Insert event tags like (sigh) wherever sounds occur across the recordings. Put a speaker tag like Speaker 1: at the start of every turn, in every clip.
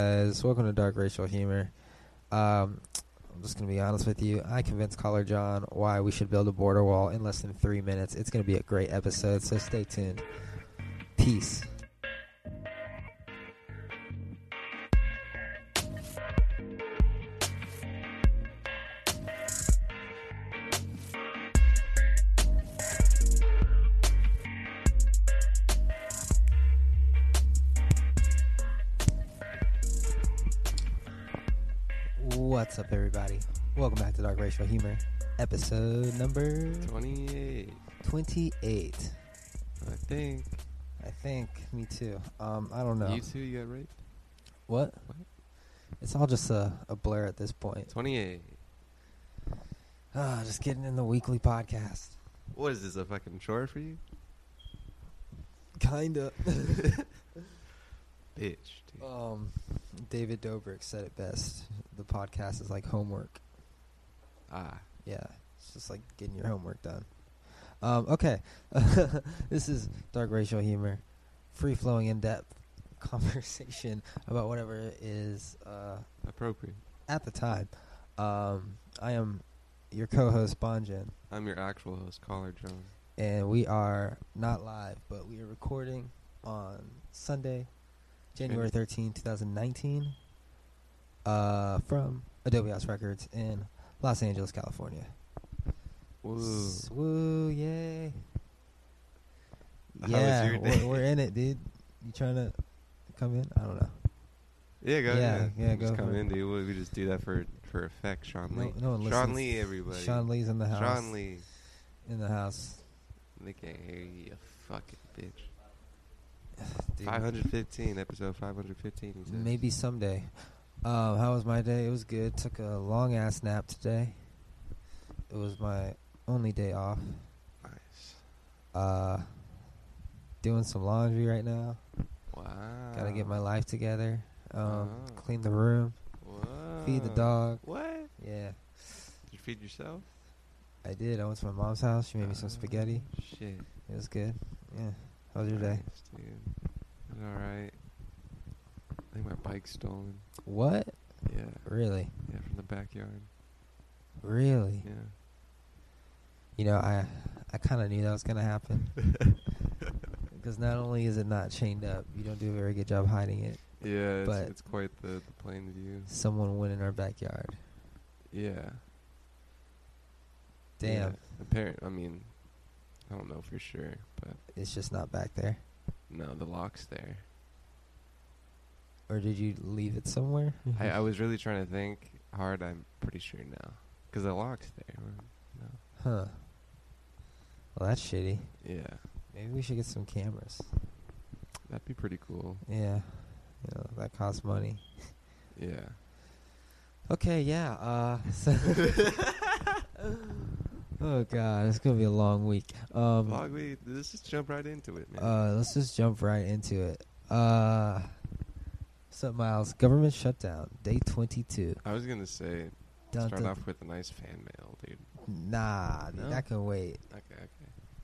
Speaker 1: guys, welcome to Dark Racial Humor. Um, I'm just going to be honest with you. I convinced Caller John why we should build a border wall in less than three minutes. It's going to be a great episode, so stay tuned. Peace. What's up, everybody? Welcome back to Dark Racial Humor, episode number
Speaker 2: 28,
Speaker 1: 28.
Speaker 2: I think.
Speaker 1: I think, me too. Um, I don't know.
Speaker 2: You two, you got raped?
Speaker 1: What?
Speaker 2: What?
Speaker 1: It's all just a, a blur at this point.
Speaker 2: 28.
Speaker 1: Ah, just getting in the weekly podcast.
Speaker 2: What is this, a fucking chore for you?
Speaker 1: Kinda.
Speaker 2: Bitch, dude.
Speaker 1: (laughs) um, David Dobrik said it best. The podcast is like homework.
Speaker 2: Ah.
Speaker 1: Yeah, it's just like getting your homework done. Um, okay, (laughs) this is dark racial humor, free flowing, in depth (laughs) conversation about whatever is uh,
Speaker 2: Appropriate.
Speaker 1: at the time. Um, I am your co-host Bonjan,
Speaker 2: I'm your actual host, Caller John.
Speaker 1: and we are not live, but we are recording on Sunday, January
Speaker 2: January.
Speaker 1: 13, 2019, uh, from Adobe House Records in Los Angeles, California.
Speaker 2: Whoa.
Speaker 1: S- Woo, yay.
Speaker 2: How was
Speaker 1: Yeah,
Speaker 2: your day?
Speaker 1: we're, we're in it, dude. You trying to come in? I don't know.
Speaker 2: Yeah, go
Speaker 1: Yeah,
Speaker 2: ahead.
Speaker 1: yeah,
Speaker 2: Just
Speaker 1: go
Speaker 2: come
Speaker 1: for it.
Speaker 2: in, dude. What if we just do that for, for effect, Sean
Speaker 1: No,
Speaker 2: Lee?
Speaker 1: no one
Speaker 2: Sean
Speaker 1: listens.
Speaker 2: Lee, everybody.
Speaker 1: Sean Lee's in the house.
Speaker 2: Sean Lee.
Speaker 1: In the house. (sighs)
Speaker 2: They can't hear you, you fucking bitch.
Speaker 1: Dude,
Speaker 2: 515, episode 515, he says.
Speaker 1: Maybe someday. Um, how was my day? It was good. Took a long ass nap today. It was my only day off.
Speaker 2: Nice.
Speaker 1: Uh, doing some laundry right now.
Speaker 2: Wow.
Speaker 1: Gotta get my life together. Um,
Speaker 2: Ah.
Speaker 1: Clean the room.
Speaker 2: Whoa.
Speaker 1: Feed the dog.
Speaker 2: What?
Speaker 1: Yeah.
Speaker 2: Did you feed yourself?
Speaker 1: I did. I went to my mom's house. She made me some
Speaker 2: Ah,
Speaker 1: spaghetti.
Speaker 2: Shit.
Speaker 1: It was good. Yeah. How was your day?
Speaker 2: Nice, dude. It was alright. I think my bike's stolen.
Speaker 1: What?
Speaker 2: Yeah.
Speaker 1: Really?
Speaker 2: Yeah, from the backyard.
Speaker 1: Really?
Speaker 2: Yeah.
Speaker 1: You know, I I kind of knew that was gonna happen because not only is it not chained up, you don't do a very good job hiding it.
Speaker 2: Yeah,
Speaker 1: But-
Speaker 2: it's, it's quite the, the plain view.
Speaker 1: Someone went in our backyard.
Speaker 2: Yeah.
Speaker 1: Damn,
Speaker 2: Yeah. Apparent I mean I don't know for sure, but
Speaker 1: it's just not back there.
Speaker 2: no, the lock's there.
Speaker 1: Or did you leave it somewhere?
Speaker 2: I, I was really trying to think hard, I'm pretty sure now. Because the lock's there. No.
Speaker 1: huh. Well, that's shitty.
Speaker 2: Yeah.
Speaker 1: Maybe we should get some cameras.
Speaker 2: That'd be pretty cool.
Speaker 1: Yeah, you know that costs money.
Speaker 2: Yeah.
Speaker 1: Okay, yeah. Uh, so (laughs) oh god, it's gonna be a long week. Um,
Speaker 2: Vlog, we let's just jump right into it, man.
Speaker 1: uh, let's just jump right into it. Uh, what's up, Miles? Government shutdown, day twenty-two.
Speaker 2: I was gonna say
Speaker 1: Dun,
Speaker 2: start
Speaker 1: dun.
Speaker 2: off with a nice fan mail, dude.
Speaker 1: Nah, dude,
Speaker 2: No?
Speaker 1: that can wait.
Speaker 2: Okay, okay.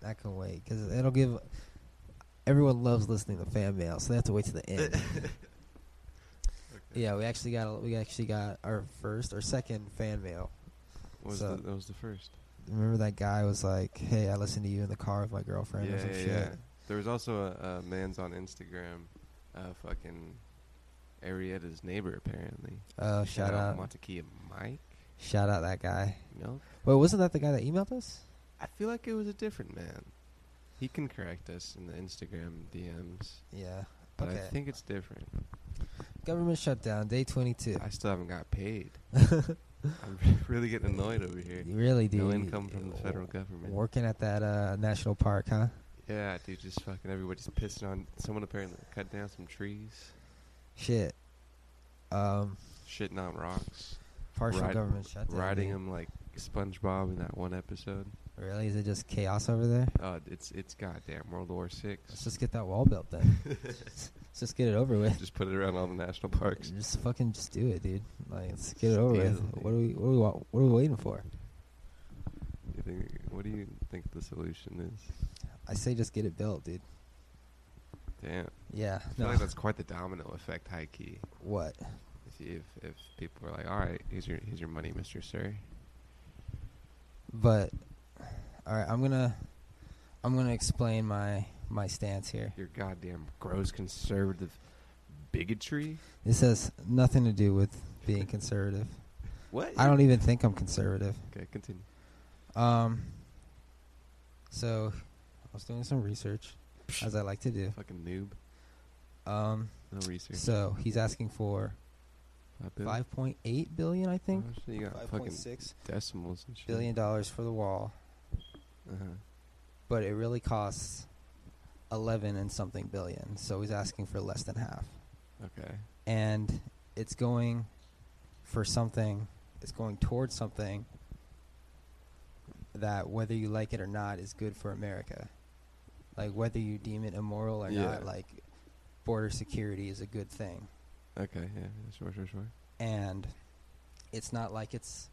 Speaker 1: That can wait because it'll give. Everyone loves listening to fan mail, so they have to wait to the
Speaker 2: (laughs)
Speaker 1: end. yeah, we actually got a, we actually got our first or second fan mail.
Speaker 2: What was
Speaker 1: So-
Speaker 2: the, that was the first.
Speaker 1: Remember that guy was like, "Hey, I listened to you in the car with my girlfriend or
Speaker 2: yeah,
Speaker 1: some
Speaker 2: yeah,
Speaker 1: shit."
Speaker 2: yeah. There was also a, a man's on Instagram, uh, fucking Arietta's neighbor apparently.
Speaker 1: Oh, shout out,
Speaker 2: Montekia Mike.
Speaker 1: shout out that guy.
Speaker 2: No,
Speaker 1: Wait, wasn't that the guy that emailed us?
Speaker 2: I feel like it was a different man. He can correct us in the Instagram DMs,
Speaker 1: Yeah.
Speaker 2: but
Speaker 1: okay.
Speaker 2: I think it's different.
Speaker 1: Government shutdown, day 22.
Speaker 2: I still haven't
Speaker 1: (laughs)
Speaker 2: got paid. I'm (laughs) really getting annoyed over here.
Speaker 1: You really do.
Speaker 2: No income from the federal government.
Speaker 1: Working at that uh, national park, huh?
Speaker 2: Yeah, dude, just fucking everybody's pissing on. Someone apparently cut down some trees,
Speaker 1: Shit. Um,
Speaker 2: shitting on rocks,
Speaker 1: partial
Speaker 2: Ride-
Speaker 1: government shutdown.
Speaker 2: riding
Speaker 1: dude.
Speaker 2: them like SpongeBob in that one episode.
Speaker 1: Really? Is it just chaos over there?
Speaker 2: Uh, it's it's goddamn World War
Speaker 1: Let's
Speaker 2: Six.
Speaker 1: just get that wall built
Speaker 2: (laughs)
Speaker 1: then. Let's just get it over with.
Speaker 2: Just put it around all the national parks.
Speaker 1: Just fucking just do it, dude. Like, let's get it over with.
Speaker 2: Easily.
Speaker 1: What are we? What are we? wa- What are we waiting for?
Speaker 2: You think, what do you think the solution is?
Speaker 1: I say just get it built, dude.
Speaker 2: Damn.
Speaker 1: Yeah.
Speaker 2: I feel
Speaker 1: No.
Speaker 2: like that's quite the domino effect, high key.
Speaker 1: What?
Speaker 2: If, you, if if people are like, all right, here's your here's your money, Mister Sir.
Speaker 1: But all right, I'm gonna I'm gonna explain my my stance here.
Speaker 2: Your goddamn gross conservative bigotry.
Speaker 1: This has nothing to do with being conservative.
Speaker 2: What?
Speaker 1: I don't even think I'm conservative.
Speaker 2: Okay, continue.
Speaker 1: Um. So, I was doing some research, as I like to do.
Speaker 2: Fucking noob.
Speaker 1: Um.
Speaker 2: No research.
Speaker 1: So he's asking for
Speaker 2: Five billion?
Speaker 1: 5.8 billion, I think.
Speaker 2: Oh, shit, you got fucking
Speaker 1: 5.6
Speaker 2: decimals and shit.
Speaker 1: billion dollars for the wall,
Speaker 2: Uh-huh.
Speaker 1: but it really costs 11 and something billion. So he's asking for less than half.
Speaker 2: Okay.
Speaker 1: and it's going for something it's going towards something that whether you like it or not is good for america like whether you deem it immoral or
Speaker 2: Yeah.
Speaker 1: not like border security is a good thing
Speaker 2: Okay. Yeah. yeah, Sure. Sure. Sure.
Speaker 1: and it's not like it's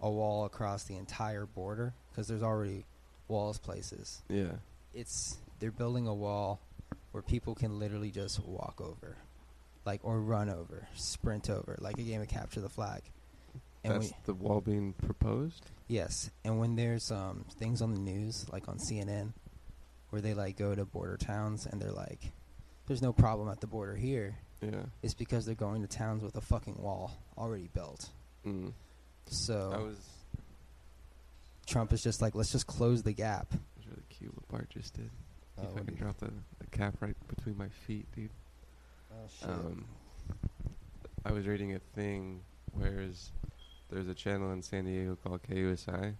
Speaker 1: a wall across the entire border because there's already walls places
Speaker 2: Yeah.
Speaker 1: it's they're building a wall where people can literally just walk over, like or run over, sprint over, like a game of capture the flag. And
Speaker 2: That's
Speaker 1: we,
Speaker 2: the wall being proposed.
Speaker 1: yes, and when there's um, things on the news, like on CNN, where they like go to border towns and they're like, "There's no problem at the border here."
Speaker 2: Yeah.
Speaker 1: It's because they're going to towns with a fucking wall already built.
Speaker 2: Mm.
Speaker 1: So
Speaker 2: That was,
Speaker 1: Trump is just like, "Let's just close the gap."
Speaker 2: that was really cute. What Bart just did.
Speaker 1: Uh,
Speaker 2: He
Speaker 1: what do
Speaker 2: fucking
Speaker 1: you-
Speaker 2: dropped the, the cap right between my feet, dude.
Speaker 1: oh, shit.
Speaker 2: Um, I was reading a thing whereas there's a channel in San Diego called KUSI,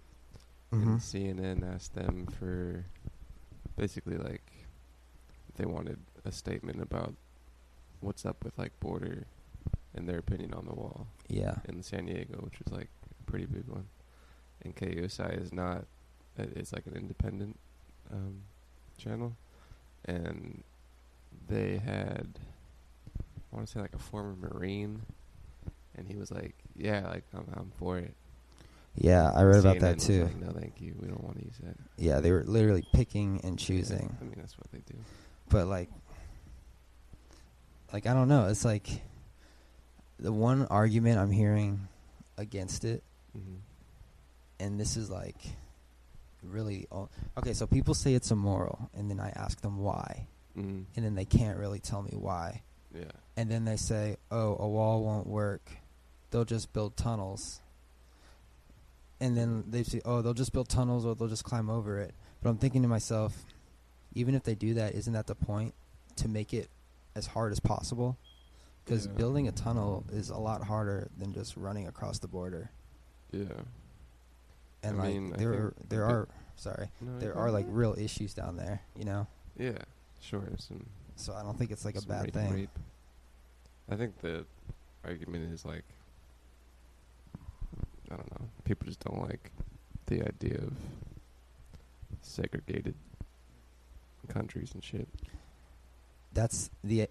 Speaker 2: and
Speaker 1: Mhm.
Speaker 2: CNN asked them for basically like they wanted a statement about what's up with like border and their opinion on the wall
Speaker 1: Yeah.
Speaker 2: in San Diego, which was like a pretty big one. And KUSI is not; it- it's like an independent um, channel, and they had I want to say like a former Marine, and he was like, "Yeah, like I'm, I'm for it."
Speaker 1: Yeah, I read about
Speaker 2: CNN
Speaker 1: that
Speaker 2: was
Speaker 1: too.
Speaker 2: Like, no, thank you. We don't want to use that.
Speaker 1: Yeah, they were literally picking and choosing.
Speaker 2: I mean, that's what they do.
Speaker 1: but like like i don't know it's like the one argument i'm hearing against it
Speaker 2: hmm
Speaker 1: and this is like really o- okay so people say it's immoral and then i ask them why
Speaker 2: Mm,
Speaker 1: and then they can't really tell me why
Speaker 2: yeah.
Speaker 1: and then they say oh a wall won't work they'll just build tunnels and then they say oh they'll just build tunnels or they'll just climb over it but i'm thinking to myself even if they do that isn't that the point to make it as hard as possible because
Speaker 2: Yeah.
Speaker 1: building a tunnel is a lot harder than just running across the border
Speaker 2: Yeah.
Speaker 1: and
Speaker 2: I
Speaker 1: like
Speaker 2: mean, I
Speaker 1: there
Speaker 2: think
Speaker 1: are, there
Speaker 2: the-
Speaker 1: are sorry
Speaker 2: No,
Speaker 1: there
Speaker 2: yeah.
Speaker 1: are like real issues down there you know
Speaker 2: yeah. Sure. Some
Speaker 1: so i don't think it's like a
Speaker 2: some
Speaker 1: bad
Speaker 2: rape-
Speaker 1: thing
Speaker 2: rape. I think the argument is like, I don't know. People just don't like the idea of segregated countries and shit.
Speaker 1: that's the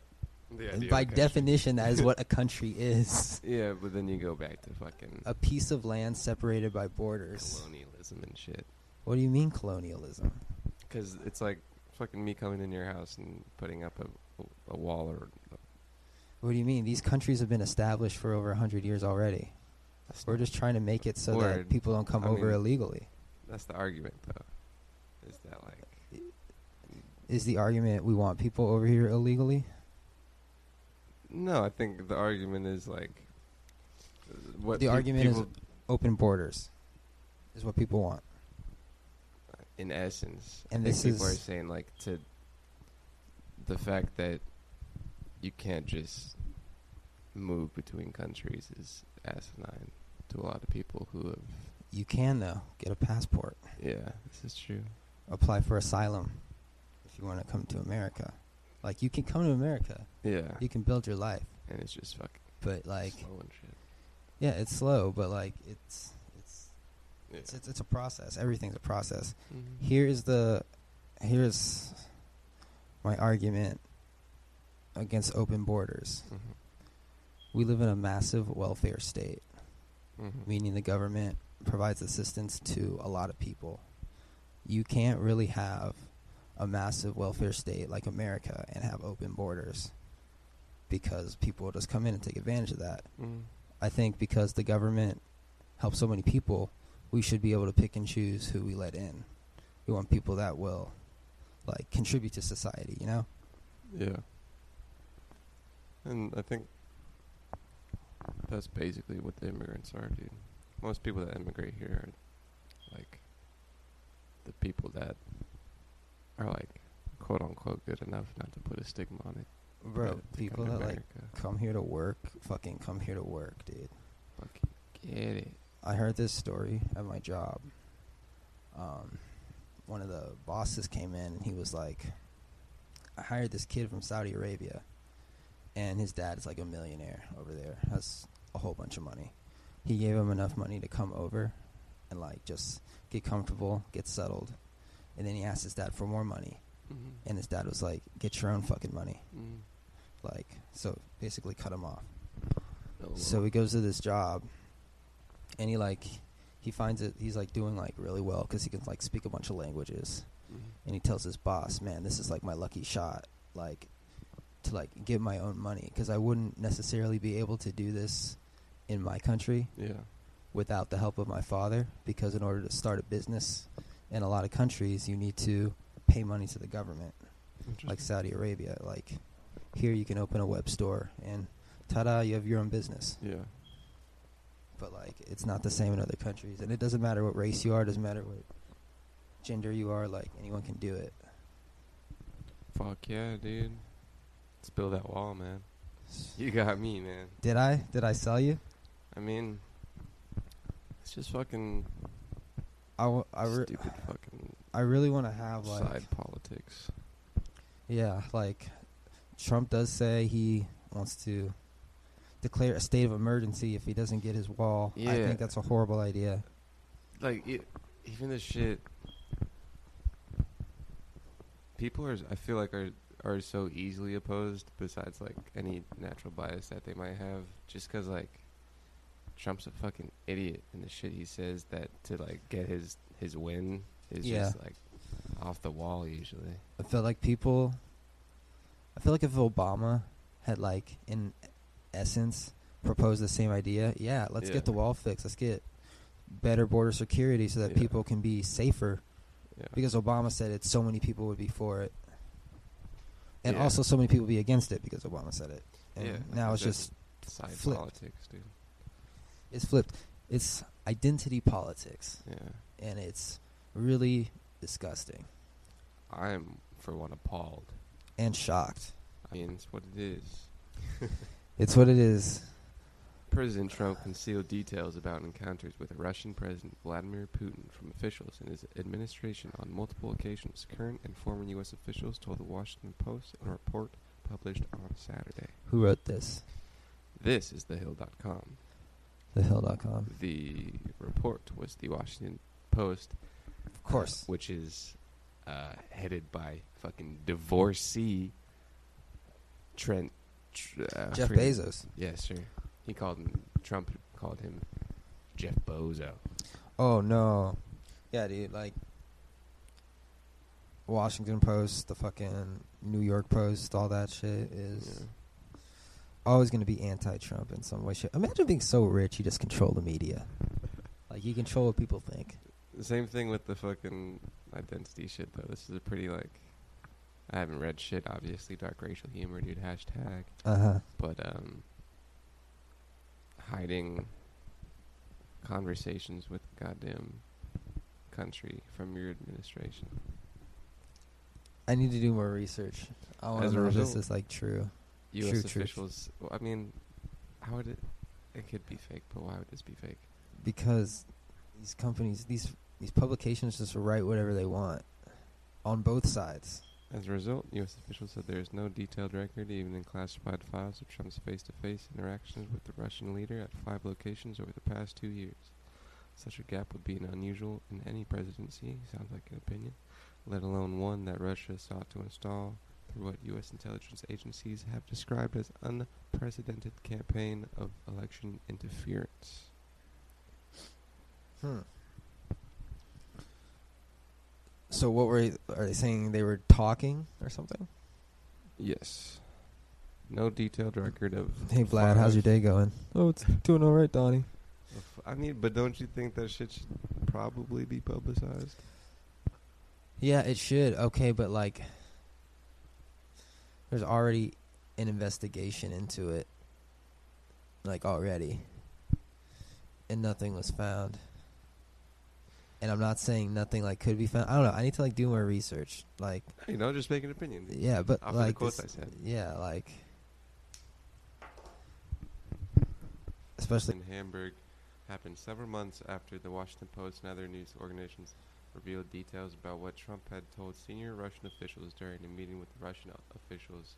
Speaker 1: e, by definition that is what a
Speaker 2: (laughs)
Speaker 1: country is
Speaker 2: Yeah, but then you go back to fucking
Speaker 1: a piece of land separated by borders.
Speaker 2: colonialism and shit.
Speaker 1: What do you mean colonialism?
Speaker 2: Because it's like fucking me coming in your house and putting up a, a wall or
Speaker 1: What do you mean? These countries have been established for over 100 years already. We're just trying to make it so that
Speaker 2: Word.
Speaker 1: people don't come
Speaker 2: I
Speaker 1: over
Speaker 2: mean-
Speaker 1: illegally.
Speaker 2: That's the argument, though. Is that like
Speaker 1: Is the argument we want people over here illegally?
Speaker 2: no? I think the argument is like uh, what
Speaker 1: The
Speaker 2: pe-
Speaker 1: argument is-
Speaker 2: people-
Speaker 1: Open borders is what people want.
Speaker 2: in essence,
Speaker 1: And
Speaker 2: I think
Speaker 1: this
Speaker 2: people
Speaker 1: is-
Speaker 2: are saying like to the fact that you can't just move between countries is asinine to a lot of people who have.
Speaker 1: You can, though, get a passport,
Speaker 2: Yeah, this is true.
Speaker 1: apply for asylum if you want to come to America. Like, you can come to America,
Speaker 2: Yeah,
Speaker 1: you can build your life,
Speaker 2: and it's just fucking
Speaker 1: but, like,
Speaker 2: slow and shit.
Speaker 1: yeah, it's slow, but, like, it's. It's,
Speaker 2: Yeah.
Speaker 1: it's, it's, it's a process. Everything's a process.
Speaker 2: Mhm.
Speaker 1: here is the here's my argument against open borders.
Speaker 2: Mhm.
Speaker 1: We live in a massive welfare state,
Speaker 2: Mhm.
Speaker 1: meaning the government provides assistance to a lot of people. You can't really have a massive welfare state like America and have open borders because people will just come in and take advantage of that.
Speaker 2: Mm.
Speaker 1: I think because the government helps so many people, we should be able to pick and choose who we let in. We want people that will like contribute to society, you know?
Speaker 2: Yeah. And I think that's basically what the immigrants are, dude. Most people that immigrate here are like the people that are like quote unquote good enough not to put a stigma on it.
Speaker 1: Bro,
Speaker 2: but to
Speaker 1: people
Speaker 2: come to
Speaker 1: that like
Speaker 2: America.
Speaker 1: come here to work, fucking come here to work, dude.
Speaker 2: Fucking get it.
Speaker 1: I heard this story at my job. Um, one of the bosses came in and he was like, I hired this kid from Saudi Arabia, and his dad is like a millionaire over there, has a whole bunch of money. He gave him enough money to come over and like just get comfortable, get settled. And then he asked his dad for more money,
Speaker 2: Mm-hmm.
Speaker 1: and his dad was like, Get your own fucking money.
Speaker 2: Mm.
Speaker 1: Like, so basically cut him off. So he goes to this job, and he like he finds it. He's like doing like really well because he can like speak a bunch of languages.
Speaker 2: mm-hmm.
Speaker 1: And he tells his boss, "Man, this is like my lucky shot, like to like get my own money because I wouldn't necessarily be able to do this in my country
Speaker 2: yeah.
Speaker 1: without the help of my father. Because in order to start a business in a lot of countries, you need to pay money to the government." like
Speaker 2: Interesting.
Speaker 1: Saudi Arabia. Like here, you can open a web store and ta-da, you have your own business.
Speaker 2: yeah.
Speaker 1: But like, it's not the same in other countries, and it doesn't matter what race you are, doesn't matter what gender you are. Like anyone can do it.
Speaker 2: Fuck yeah, dude. Let's build that wall, man. You got me, man.
Speaker 1: Did I? Did I sell you?
Speaker 2: I mean, it's just fucking
Speaker 1: I, w- I, re-
Speaker 2: stupid fucking
Speaker 1: I really want to have like
Speaker 2: side politics.
Speaker 1: yeah, like Trump does say he wants to declare a state of emergency if he doesn't get his wall. I
Speaker 2: Yeah.
Speaker 1: think that's a horrible idea.
Speaker 2: Like, it, even this shit. People are, I feel like, are are so easily opposed. Besides, like any natural bias that they might have, just because like Trump's a fucking idiot, and the shit he says that to like get his his win is
Speaker 1: Yeah.
Speaker 2: just like off the wall usually.
Speaker 1: I feel like people. I feel like if Obama had like, in essence, proposed the same idea, yeah, let's
Speaker 2: Yeah.
Speaker 1: get the wall fixed. Let's get better border security so that
Speaker 2: Yeah.
Speaker 1: people can be safer.
Speaker 2: Yeah.
Speaker 1: Because Obama said it, so many people would be for it, and
Speaker 2: Yeah.
Speaker 1: also so many people would be against it because Obama said it. And
Speaker 2: Yeah,
Speaker 1: now
Speaker 2: I
Speaker 1: it's
Speaker 2: said-
Speaker 1: just
Speaker 2: side
Speaker 1: flipped.
Speaker 2: politics, dude.
Speaker 1: it's flipped. It's identity politics,
Speaker 2: Yeah.
Speaker 1: and it's really disgusting
Speaker 2: I'm, for one, appalled.
Speaker 1: and shocked.
Speaker 2: I mean, it's what it is.
Speaker 1: It's what it is.
Speaker 2: President Trump concealed details about encounters with Russian President Vladimir Putin from officials in his administration on multiple occasions. Current and former U.S. officials told the Washington Post in a report published on Saturday.
Speaker 1: Who wrote this?
Speaker 2: This is TheHill.com.
Speaker 1: TheHill.com.
Speaker 2: The report was the Washington Post,
Speaker 1: Of course.
Speaker 2: which is uh, headed by fucking divorcee Trent. Tr- uh,
Speaker 1: Jeff
Speaker 2: forget-
Speaker 1: Bezos.
Speaker 2: Yeah, sure. He called him Trump called him Jeff Bozo.
Speaker 1: Oh no. Yeah, dude. Like Washington Post, the fucking New York Post, all that shit is always going to be anti-Trump in some way. Shit. Imagine being so rich you just control the
Speaker 2: (laughs)
Speaker 1: media. Like you control what people think.
Speaker 2: The Same thing with the fucking identity shit though. This is a pretty like I haven't read shit, obviously, dark racial humor, dude, hashtag.
Speaker 1: Uh huh.
Speaker 2: But um hiding conversations with goddamn country from your administration.
Speaker 1: I need to do more research. I want
Speaker 2: As a
Speaker 1: to know if this
Speaker 2: result-
Speaker 1: is like true.
Speaker 2: US
Speaker 1: True, true.
Speaker 2: officials well, I mean how would it it could be fake, but why would this be fake?
Speaker 1: because these companies, these these publications, just write whatever they want on both sides.
Speaker 2: As a result, U.S. officials said there is no detailed record, even in classified files, of Trump's face to face interactions with the Russian leader at five locations over the past two years. Such a gap would be an unusual in any presidency, sounds like an opinion, let alone one that Russia sought to install through what U.S. intelligence agencies have described as unprecedented campaign of election interference.
Speaker 1: Hmm. So what were are they saying? They were talking or something?
Speaker 2: Yes. No detailed record of.
Speaker 1: Hey Vlad, how's your day going? Oh, it's doing all right, Donnie.
Speaker 2: of- I mean, but don't you think that shit should probably be publicized?
Speaker 1: Yeah, it should. Okay, but like, there's already an investigation into it, like already, and nothing was found. And I'm not saying nothing like could be found. I don't know. I need to like do more research. Like,
Speaker 2: You know, just make an opinion.
Speaker 1: yeah, but
Speaker 2: Off of the
Speaker 1: like,
Speaker 2: quotes
Speaker 1: this-
Speaker 2: I said.
Speaker 1: yeah, like, especially
Speaker 2: in Hamburg happened several months after the Washington Post and other news organizations revealed details about what Trump had told senior Russian officials during a meeting with Russian o- officials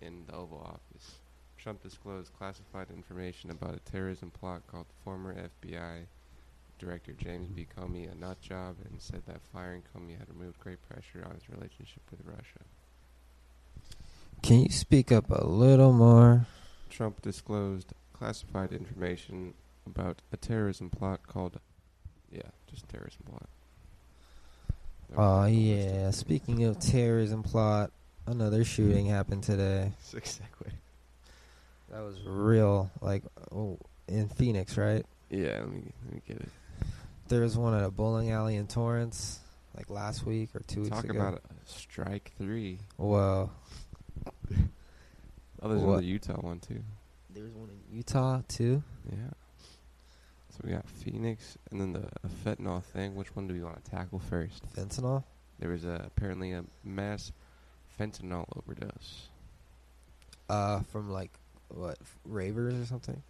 Speaker 2: in the Oval Office. Trump disclosed classified information about a terrorism plot called former FBI Director James B. Comey a nut job and said that firing Comey had removed great pressure on his relationship with Russia.
Speaker 1: Can you speak up a little more?
Speaker 2: Trump disclosed classified information about a terrorism plot called, yeah, just terrorism plot. That was
Speaker 1: Oh
Speaker 2: like the worst
Speaker 1: yeah.
Speaker 2: of-
Speaker 1: Speaking of terrorism plot, another shooting happened today.
Speaker 2: Sick segue.
Speaker 1: That was real. Like oh, in Phoenix, right?
Speaker 2: Yeah, let me let me get it.
Speaker 1: There was one at a bowling alley in Torrance, like last week or two
Speaker 2: Talk
Speaker 1: weeks ago.
Speaker 2: about a strike three.
Speaker 1: Whoa.
Speaker 2: Other than
Speaker 1: What?
Speaker 2: the Utah one too.
Speaker 1: There was one in Utah too.
Speaker 2: Yeah. So we got Phoenix and then the uh, fentanyl thing. Which one do we want to tackle first?
Speaker 1: Fentanyl.
Speaker 2: There was a, apparently a mass fentanyl overdose.
Speaker 1: Uh, from like what ravers or something.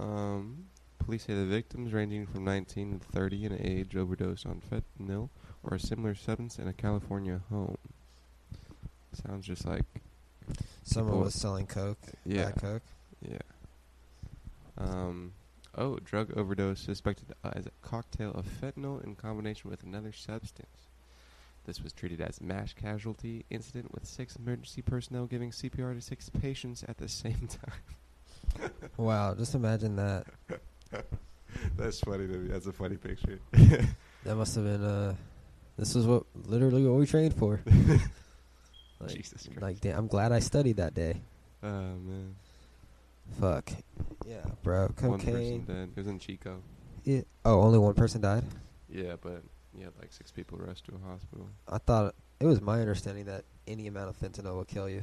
Speaker 2: Um, police say the victims, ranging from 19 to 30 in age, overdosed on fentanyl or a similar substance in a California home. Sounds just like
Speaker 1: Someone
Speaker 2: People-
Speaker 1: was selling coke.
Speaker 2: yeah,
Speaker 1: black coke.
Speaker 2: yeah. Um, oh, drug overdose suspected as a cocktail of fentanyl in combination with another substance. This was treated as mass casualty incident with six emergency personnel giving CPR to six patients at the same (laughs) time.
Speaker 1: Wow, just imagine that.
Speaker 2: That's funny to me. That's a funny picture.
Speaker 1: That must have been uh, this is what literally what we trained for. like,
Speaker 2: Jesus Christ.
Speaker 1: Like, damn, I'm glad I studied that day.
Speaker 2: oh man.
Speaker 1: Fuck. Yeah, bro.
Speaker 2: One person
Speaker 1: Cocaine.
Speaker 2: dead. It was in Chico.
Speaker 1: Yeah. Oh, only one person died.
Speaker 2: Yeah, but you had like six people rushed to a hospital.
Speaker 1: I thought it was my understanding that any amount of fentanyl will kill you.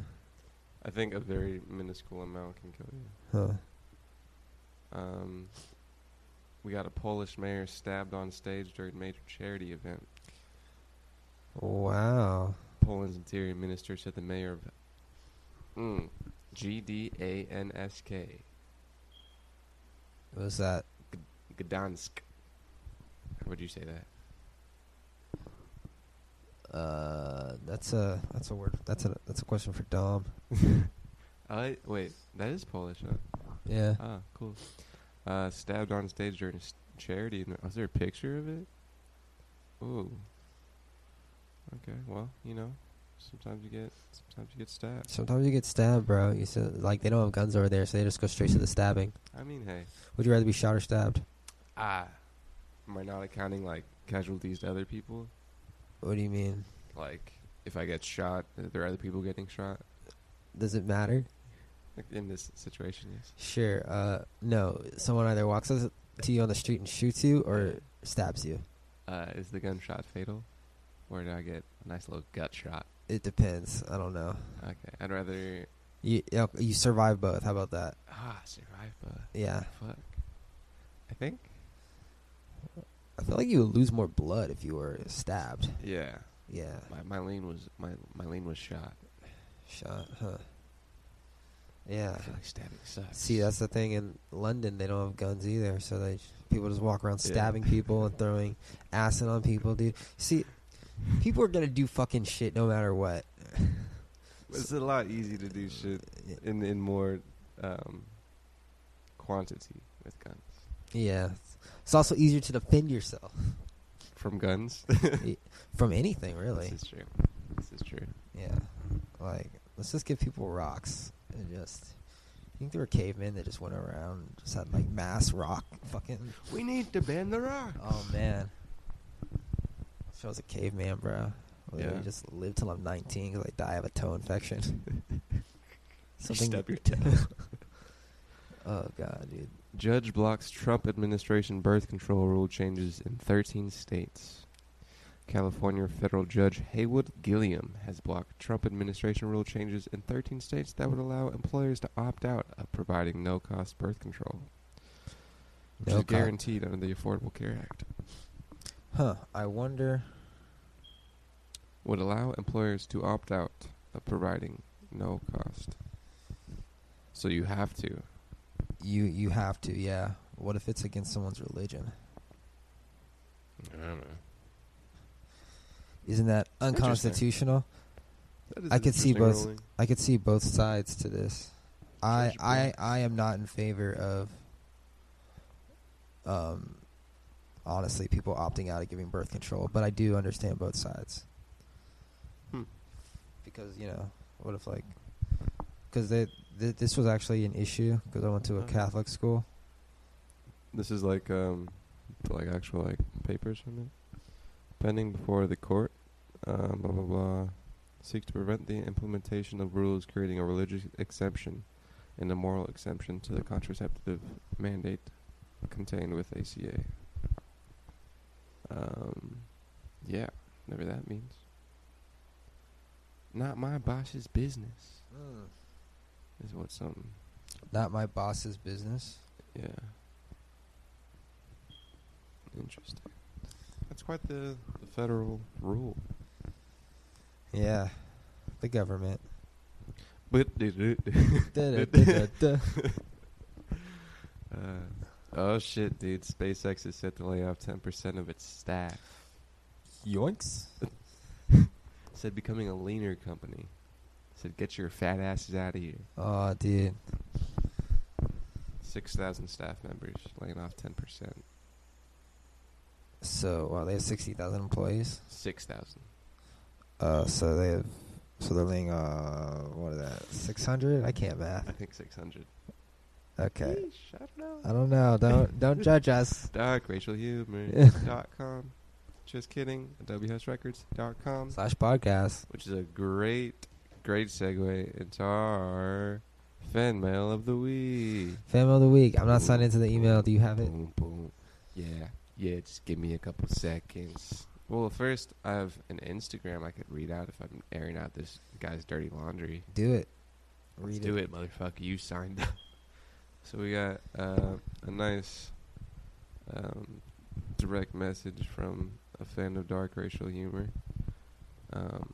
Speaker 2: I think a very minuscule amount can kill you.
Speaker 1: Huh.
Speaker 2: Um, we got a Polish mayor stabbed on stage during major charity event.
Speaker 1: Wow.
Speaker 2: Poland's interior minister said the mayor of mm, G-D-A-N-S-K,
Speaker 1: Was that?
Speaker 2: Gdansk. How would you say that?
Speaker 1: Uh, that's a that's a word. That's a that's a question for Dom.
Speaker 2: I wait, that is Polish, huh?
Speaker 1: Yeah.
Speaker 2: Ah, cool. Uh, stabbed on stage during a s- charity. And was there a picture of it? Ooh. Okay. Well, you know, sometimes you get sometimes you get stabbed.
Speaker 1: Sometimes you get stabbed, bro. You said like they don't have guns over there, so they just go straight to the stabbing.
Speaker 2: I mean, hey.
Speaker 1: Would you rather be shot or stabbed?
Speaker 2: Ah. Am I not accounting like casualties to other people?
Speaker 1: What do you mean?
Speaker 2: Like, if I get shot, are there other people getting shot
Speaker 1: Does it matter?
Speaker 2: Like, in this situation? Yes.
Speaker 1: Sure. Uh, no. Someone either walks up to you on the street and shoots you, or stabs you.
Speaker 2: Uh, is the gunshot fatal, or do I get a nice little gut shot?
Speaker 1: It depends. I don't know.
Speaker 2: Okay. I'd rather
Speaker 1: You yeah, you survive both. How about that?
Speaker 2: ah survive, but
Speaker 1: Yeah.
Speaker 2: fuck. I think.
Speaker 1: I feel like you would lose more blood if you were stabbed.
Speaker 2: Yeah.
Speaker 1: Yeah.
Speaker 2: My, my lane was my my lane was shot.
Speaker 1: Shot, huh? Yeah.
Speaker 2: I feel like stabbing sucks.
Speaker 1: Uh, See, that's the thing in London. They don't have guns either, so they people just walk around
Speaker 2: Yeah.
Speaker 1: stabbing people and throwing acid on people, dude. See, people are gonna do fucking shit no matter what.
Speaker 2: it's a lot easier to do shit in in more um, quantity with guns
Speaker 1: Yeah. It's also easier to defend yourself
Speaker 2: from guns. (laughs)
Speaker 1: from anything, really.
Speaker 2: This is true. This is true.
Speaker 1: Yeah. Like, let's just give people rocks and just. I think they were cavemen that just went around and just had like mass rock fucking Um,
Speaker 2: We need to ban the rock.
Speaker 1: Oh man. If I was a caveman, bro, I would
Speaker 2: Yeah.
Speaker 1: just live till I'm 19 because I die of a toe infection.
Speaker 2: (laughs)
Speaker 1: Something. (laughs)
Speaker 2: Stub your toe.
Speaker 1: oh god, dude.
Speaker 2: Judge blocks Trump administration birth control rule changes in 13 states. California federal judge Haywood Gilliam has blocked Trump administration rule changes in 13 states that would allow employers to opt out of providing no-cost birth control, which
Speaker 1: No
Speaker 2: is
Speaker 1: cop-
Speaker 2: guaranteed under the Affordable Care Act.
Speaker 1: Huh. I wonder.
Speaker 2: Would allow employers to opt out of providing no cost. So you have to.
Speaker 1: You you have to. Yeah. What if it's against someone's religion?
Speaker 2: I don't know.
Speaker 1: Isn't that
Speaker 2: Interesting.
Speaker 1: unconstitutional? I could see both- I could see both sides to this. I
Speaker 2: Judge
Speaker 1: I
Speaker 2: Brooks.
Speaker 1: I am not in favor of um honestly people opting out of giving birth control, but I do understand both sides.
Speaker 2: Hmm.
Speaker 1: Because, you know, what if like cuz they th- this was actually an issue cuz I went to a
Speaker 2: Oh.
Speaker 1: Catholic school.
Speaker 2: This is like um, like actual like papers from it. Pending before the court, uh, blah blah blah, seek to prevent the implementation of rules creating a religious exemption and a moral exemption to the contraceptive mandate contained with ACA. Um, yeah, whatever that means. Not my boss's business is what some
Speaker 1: Not my boss's business.
Speaker 2: yeah. Interesting. That's quite the, the federal rule. Hmm.
Speaker 1: Yeah. The government.
Speaker 2: (laughs) But
Speaker 1: Da-da-da-da-da.
Speaker 2: uh, oh shit, dude! SpaceX is set to lay off ten percent of its staff.
Speaker 1: Yoinks.
Speaker 2: Said becoming a leaner company. Said get your fat asses out of here.
Speaker 1: Oh, dude.
Speaker 2: Six thousand staff members laying off ten percent.
Speaker 1: So, well, they have 60,000 employees.
Speaker 2: Six thousand.
Speaker 1: Uh, so they have, so they're laying uh, what is that? Six hundred? I can't
Speaker 2: I
Speaker 1: math.
Speaker 2: think six hundred.
Speaker 1: Okay,
Speaker 2: I don't know.
Speaker 1: I don't know. Don't don't judge us. (laughs)
Speaker 2: Doc, racialhumor.com. Just kidding. WHouseRecords.com,
Speaker 1: Slash podcast.
Speaker 2: which is a great, great segue into our fan mail of the week.
Speaker 1: Fan mail of the week. I'm not signed into the email. Do you have it?
Speaker 2: Boom, boom. Yeah, yeah, just give me a couple seconds. Well, first, I have an Instagram I could read out if I'm airing out this guy's dirty laundry.
Speaker 1: Do it.
Speaker 2: Let's
Speaker 1: Read
Speaker 2: do it, motherfucker. You signed up. (laughs) so we got uh, a nice um, direct message from a fan of dark racial humor. Um,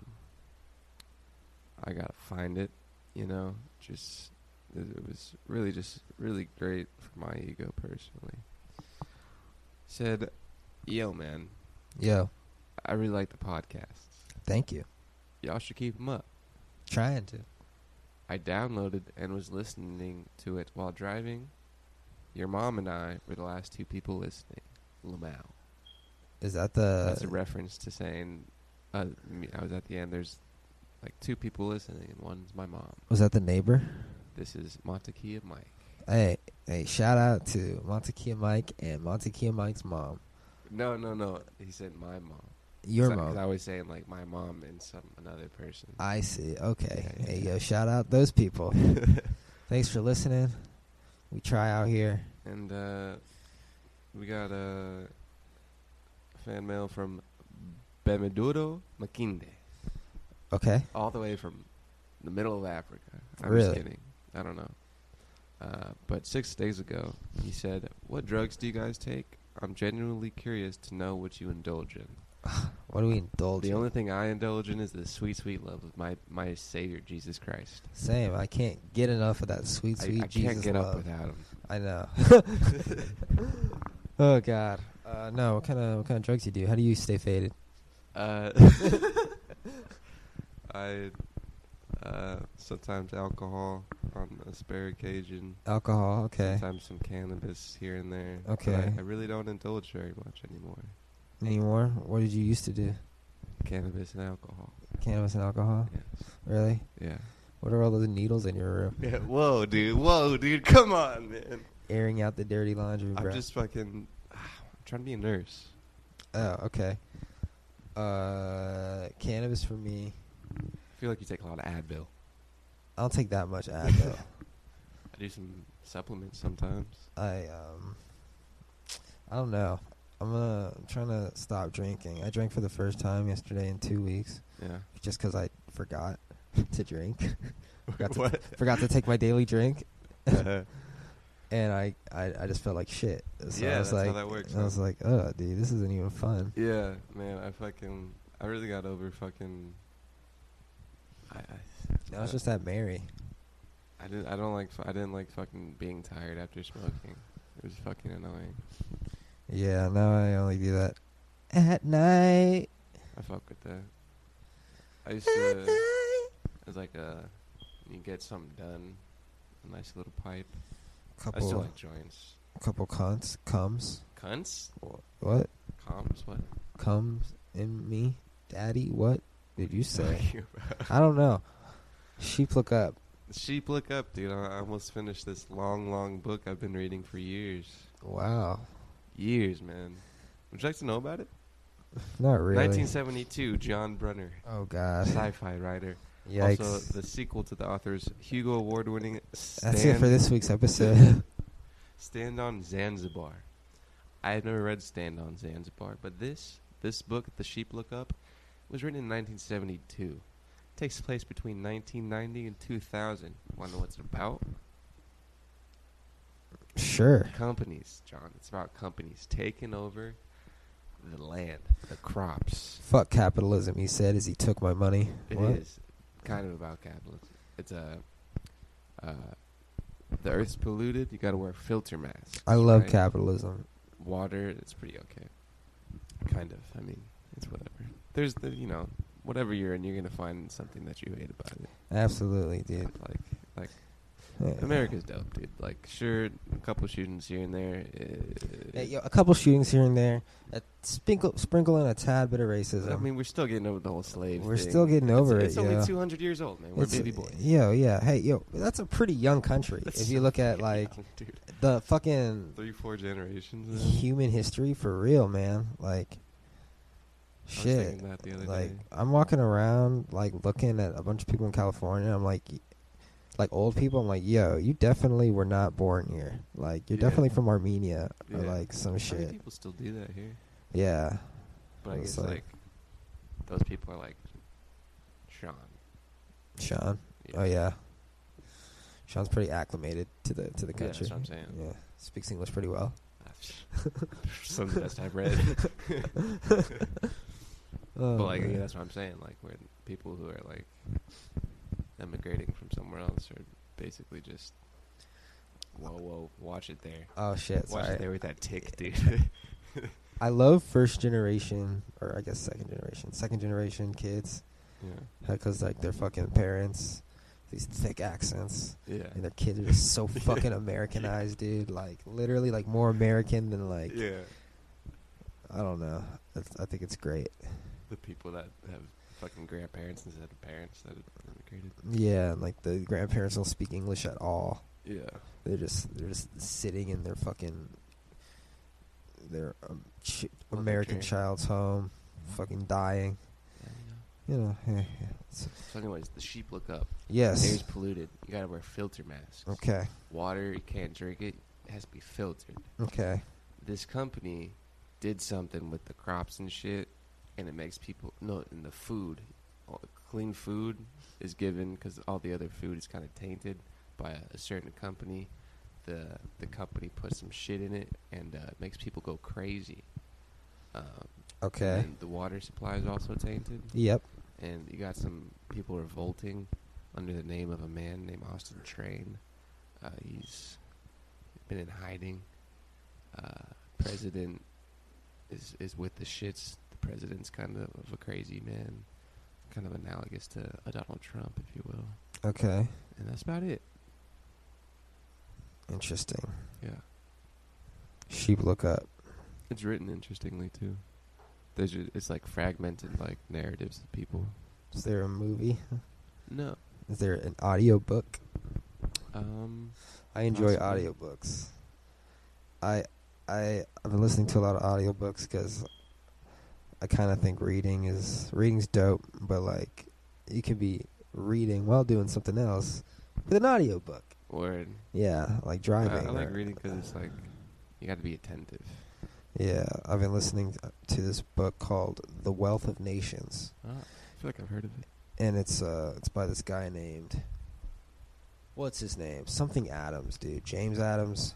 Speaker 2: I gotta find it, you know. Just it, it was really just really great for my ego personally. Said, "Yo, man,
Speaker 1: Yo,
Speaker 2: I really like the podcasts.
Speaker 1: thank you.
Speaker 2: Y'all should keep 'em up."
Speaker 1: Trying to.
Speaker 2: I downloaded and was listening to it while driving. Your mom and I were the last two people listening. Lamau.
Speaker 1: Is that the?
Speaker 2: That's a reference to saying, uh, me- I was at the end. There's like two people listening, and one's my mom.
Speaker 1: was that the neighbor?
Speaker 2: This is Montekia Mike.
Speaker 1: Hey, hey! Shout out to Montekia Mike and Montekia Mike's mom.
Speaker 2: No, no, no. He said my mom.
Speaker 1: Your
Speaker 2: 'Cause I- 'cause I
Speaker 1: mom.
Speaker 2: was saying like my mom and some another person.
Speaker 1: I see. Okay.
Speaker 2: Yeah, yeah,
Speaker 1: There you
Speaker 2: yeah.
Speaker 1: go. Shout out those people. Thanks for listening. We try out here.
Speaker 2: And uh, we got a fan mail from Bemeduro Makinde.
Speaker 1: Okay.
Speaker 2: all the way from the middle of Africa. I'm just
Speaker 1: Really?
Speaker 2: kidding. I don't know. Uh, but six days ago, he said, "What drugs do you guys take? I'm genuinely curious to know what you indulge in.
Speaker 1: What do we indulge?
Speaker 2: the
Speaker 1: in?
Speaker 2: only thing I indulge in is the sweet, sweet love of my my Savior Jesus Christ.
Speaker 1: Same. I can't get enough of that sweet,
Speaker 2: I-
Speaker 1: sweet
Speaker 2: I,
Speaker 1: Jesus
Speaker 2: can't get
Speaker 1: love.
Speaker 2: up without
Speaker 1: (laughs)
Speaker 2: him.
Speaker 1: I know.
Speaker 2: (laughs)
Speaker 1: (laughs) oh God. Uh, no. What kind of what kind of drugs you do? How do you stay faded?
Speaker 2: Uh, (laughs) I uh, sometimes alcohol on asparagation.
Speaker 1: Alcohol. Okay.
Speaker 2: Sometimes some cannabis here and there. but
Speaker 1: Okay.
Speaker 2: I, I really don't indulge very much anymore.
Speaker 1: Any more? What did you used to do?
Speaker 2: Cannabis and alcohol.
Speaker 1: Cannabis and alcohol.
Speaker 2: Yes.
Speaker 1: Really?
Speaker 2: Yeah.
Speaker 1: What are all those needles in your room?
Speaker 2: yeah. Whoa, dude. Whoa, dude. Come on, man.
Speaker 1: Airing out the dirty laundry, bro.
Speaker 2: ah, I'm just fucking. I'm trying to be a nurse.
Speaker 1: Oh, okay. Uh, cannabis for me.
Speaker 2: I feel like you take a lot of Advil.
Speaker 1: I don't take that much
Speaker 2: (laughs)
Speaker 1: Advil.
Speaker 2: I do some supplements sometimes.
Speaker 1: I um, I don't know. I'm gonna I'm trying to stop drinking. I drank for the first time yesterday in two weeks,
Speaker 2: Yeah.
Speaker 1: just because I forgot (laughs) to
Speaker 2: (laughs)
Speaker 1: drink. forgot, to, (laughs)
Speaker 2: what?
Speaker 1: forgot to take my daily drink,
Speaker 2: (laughs) Uh,
Speaker 1: and I, I, I just felt like shit. So
Speaker 2: Yeah,
Speaker 1: I was
Speaker 2: that's how
Speaker 1: like,
Speaker 2: that works,
Speaker 1: I was
Speaker 2: huh?
Speaker 1: like, oh, dude, this isn't even fun.
Speaker 2: yeah, man. I fucking. I really got over fucking. I. I
Speaker 1: I was just at Mary.
Speaker 2: I didn't. I don't like. fu- I didn't like fucking being tired after smoking. It was fucking annoying.
Speaker 1: Yeah, now I only do that at night.
Speaker 2: I fuck with that. I used to. It's like a. You get something done. A nice little pipe. I still
Speaker 1: Couple,
Speaker 2: like joints.
Speaker 1: couple cunts comes.
Speaker 2: Cunts?
Speaker 1: What
Speaker 2: Comms? What?
Speaker 1: comes in me, daddy? What did you say?
Speaker 2: Fuck (laughs) you, bro.
Speaker 1: I don't know. Sheep look up.
Speaker 2: Sheep look up, dude. I I almost finished this long, long book I've been reading for years.
Speaker 1: Wow,
Speaker 2: Years, man. Would you like to know about it?
Speaker 1: not really.
Speaker 2: 1972, John Brunner,
Speaker 1: Oh god.
Speaker 2: sci-fi writer.
Speaker 1: (laughs) Yikes.
Speaker 2: Also, the sequel to the author's Hugo Award-winning Stand,
Speaker 1: That's it for this week's episode. (laughs)
Speaker 2: Stand on Zanzibar. I had never read Stand on Zanzibar, but this this book, The Sheep Look Up, was written in 1972. takes place between 1990 and 2000. Want to know what it's about?
Speaker 1: sure.
Speaker 2: companies, John. It's about companies taking over the land, the crops.
Speaker 1: Fuck capitalism, he said as he took my money.
Speaker 2: It is
Speaker 1: what?
Speaker 2: kind of about capitalism. It's a uh, the earth's polluted. You got to wear filter masks.
Speaker 1: I love
Speaker 2: right?
Speaker 1: capitalism.
Speaker 2: Water, it's pretty okay. Kind of. I mean, it's whatever. There's the you know whatever you're in, you're gonna find something that you hate about it.
Speaker 1: Absolutely, dude.
Speaker 2: Like like
Speaker 1: Yeah.
Speaker 2: America's dope, dude. Like sure, a couple shootings here and there. uh,
Speaker 1: Yeah, yo, a couple shootings here and there. A sprinkle, sprinkle in a tad bit of racism.
Speaker 2: I mean, we're still getting over the whole slave.
Speaker 1: We're
Speaker 2: thing.
Speaker 1: still getting
Speaker 2: It's-
Speaker 1: over
Speaker 2: it's,
Speaker 1: it,
Speaker 2: only
Speaker 1: yeah.
Speaker 2: 200 years old, man. We're
Speaker 1: It's-
Speaker 2: baby boys.
Speaker 1: Yo, yeah. Hey, yo, that's a pretty young country.
Speaker 2: That's
Speaker 1: if you
Speaker 2: so
Speaker 1: look at
Speaker 2: fucking
Speaker 1: like
Speaker 2: young, (laughs) dude.
Speaker 1: the fucking
Speaker 2: three, four generations. man.
Speaker 1: human history for real, man. Like,
Speaker 2: I was
Speaker 1: shit.
Speaker 2: thinking that the other
Speaker 1: like
Speaker 2: day.
Speaker 1: I'm walking around like looking at a bunch of people in California. I'm like, y- like old people. I'm like, yo, you definitely were not born here. Like you're
Speaker 2: Yeah.
Speaker 1: definitely from Armenia or
Speaker 2: Yeah.
Speaker 1: like some
Speaker 2: I mean,
Speaker 1: shit.
Speaker 2: people still do that here,
Speaker 1: Yeah,
Speaker 2: but I
Speaker 1: It's
Speaker 2: guess
Speaker 1: like-
Speaker 2: like, those people are like Sean.
Speaker 1: Sean. Oh yeah, Sean's pretty acclimated to the to the
Speaker 2: Yeah, that's
Speaker 1: country.
Speaker 2: what I'm saying.
Speaker 1: Yeah, speaks English pretty well.
Speaker 2: (laughs)
Speaker 1: (laughs)
Speaker 2: Some of the best I've read.
Speaker 1: Oh,
Speaker 2: but like
Speaker 1: man.
Speaker 2: that's what I'm saying. Like where people who are like emigrating from somewhere else are basically just whoa whoa watch it there.
Speaker 1: oh shit,
Speaker 2: Watch it
Speaker 1: sorry.
Speaker 2: there with that tick, dude.
Speaker 1: (laughs) I love first generation or I guess second generation, second generation kids
Speaker 2: yeah.
Speaker 1: because like their fucking parents, these thick accents.
Speaker 2: Yeah.
Speaker 1: and their kids are just
Speaker 2: (laughs)
Speaker 1: so fucking Americanized, dude. Like literally, like more American than like
Speaker 2: yeah.
Speaker 1: I don't know. It's, I think it's great.
Speaker 2: The people that have fucking grandparents instead of parents that have immigrated.
Speaker 1: Yeah, and like the grandparents don't speak English at all.
Speaker 2: Yeah.
Speaker 1: They're just they're just sitting in their fucking their um, ch-
Speaker 2: Mother
Speaker 1: American
Speaker 2: care.
Speaker 1: child's home, fucking dying. You know. (laughs) eh, eh. So-
Speaker 2: So, anyways, the sheep look up. Air's
Speaker 1: yes. Oh,
Speaker 2: polluted. You gotta wear filter masks.
Speaker 1: Okay.
Speaker 2: Water, you can't drink it. It has to be filtered.
Speaker 1: Okay.
Speaker 2: This company did something with the crops and shit, and it makes people no. And the food, all- clean food, is given because all the other food is kind of tainted by a, a certain company. The the company puts some shit in it, and uh, it makes people go crazy. Um,
Speaker 1: Okay.
Speaker 2: And the water supply is also tainted,
Speaker 1: Yep.
Speaker 2: and you got some people revolting under the name of a man named Austin Train. Uh, he's been in hiding. Uh, president is is with the shits. The president's kind of, of a crazy man, kind of analogous to a Donald Trump, if you will.
Speaker 1: Okay.
Speaker 2: And that's about it.
Speaker 1: Interesting.
Speaker 2: Yeah,
Speaker 1: Sheep look up.
Speaker 2: it's written interestingly too. There's ju- it's like fragmented like narratives of people.
Speaker 1: Is there a movie?
Speaker 2: No,
Speaker 1: Is there an audio book?
Speaker 2: um,
Speaker 1: I enjoy
Speaker 2: Possibly.
Speaker 1: audiobooks. I I I've been listening to a lot of audiobooks cuz I kind of think reading is reading's dope, but like you could be reading while doing something else with an audiobook.
Speaker 2: Word.
Speaker 1: Yeah, like
Speaker 2: I,
Speaker 1: driving.
Speaker 2: I like
Speaker 1: or-
Speaker 2: reading because it's like you got to be attentive.
Speaker 1: Yeah, I've been listening to this book called The Wealth of Nations,
Speaker 2: Ah, I feel like I've heard of it.
Speaker 1: and it's uh it's by this guy named what's his name? Something Adams, dude. James Adams.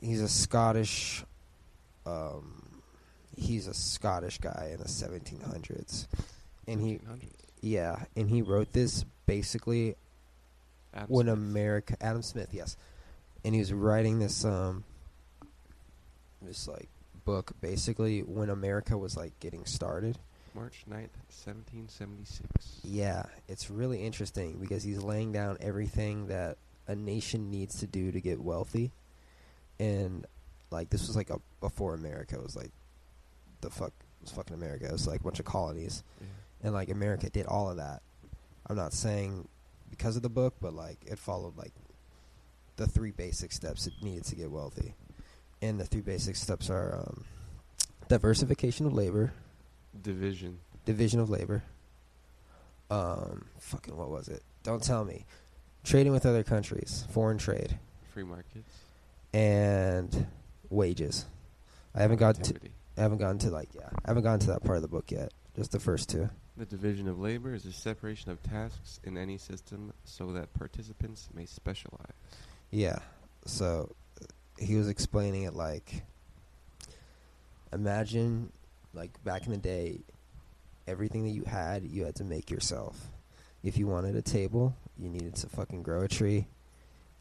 Speaker 1: He's a Scottish um he's a Scottish guy in the 1700s. And he
Speaker 2: 1700s.
Speaker 1: yeah, and he wrote this basically
Speaker 2: Adam
Speaker 1: when
Speaker 2: Smith.
Speaker 1: America Adam Smith, yes. And he was writing this um this like book basically when America was like getting started.
Speaker 2: March 9th, 1776.
Speaker 1: Yeah, it's really interesting because he's laying down everything that a nation needs to do to get wealthy. And like this was like a before America was like the fuck was fucking America. It was like a bunch of colonies.
Speaker 2: Yeah.
Speaker 1: And like America did all of that. I'm not saying because of the book, but like it followed like the three basic steps it needed to get wealthy. And the three basic steps are um, diversification of labor,
Speaker 2: Division.
Speaker 1: division of labor. Um, fucking what was it? Don't tell me. Trading with other countries, foreign trade,
Speaker 2: Free markets.
Speaker 1: and wages. I haven't got to,
Speaker 2: productivity.
Speaker 1: I haven't gotten to like yeah, I haven't gotten to that part of the book yet. Just the first two.
Speaker 2: The division of labor is a separation of tasks in any system so that participants may specialize.
Speaker 1: Yeah. So uh, he was explaining it like imagine like back in the day everything that you had you had to make yourself. If you wanted a table, you needed to fucking grow a tree,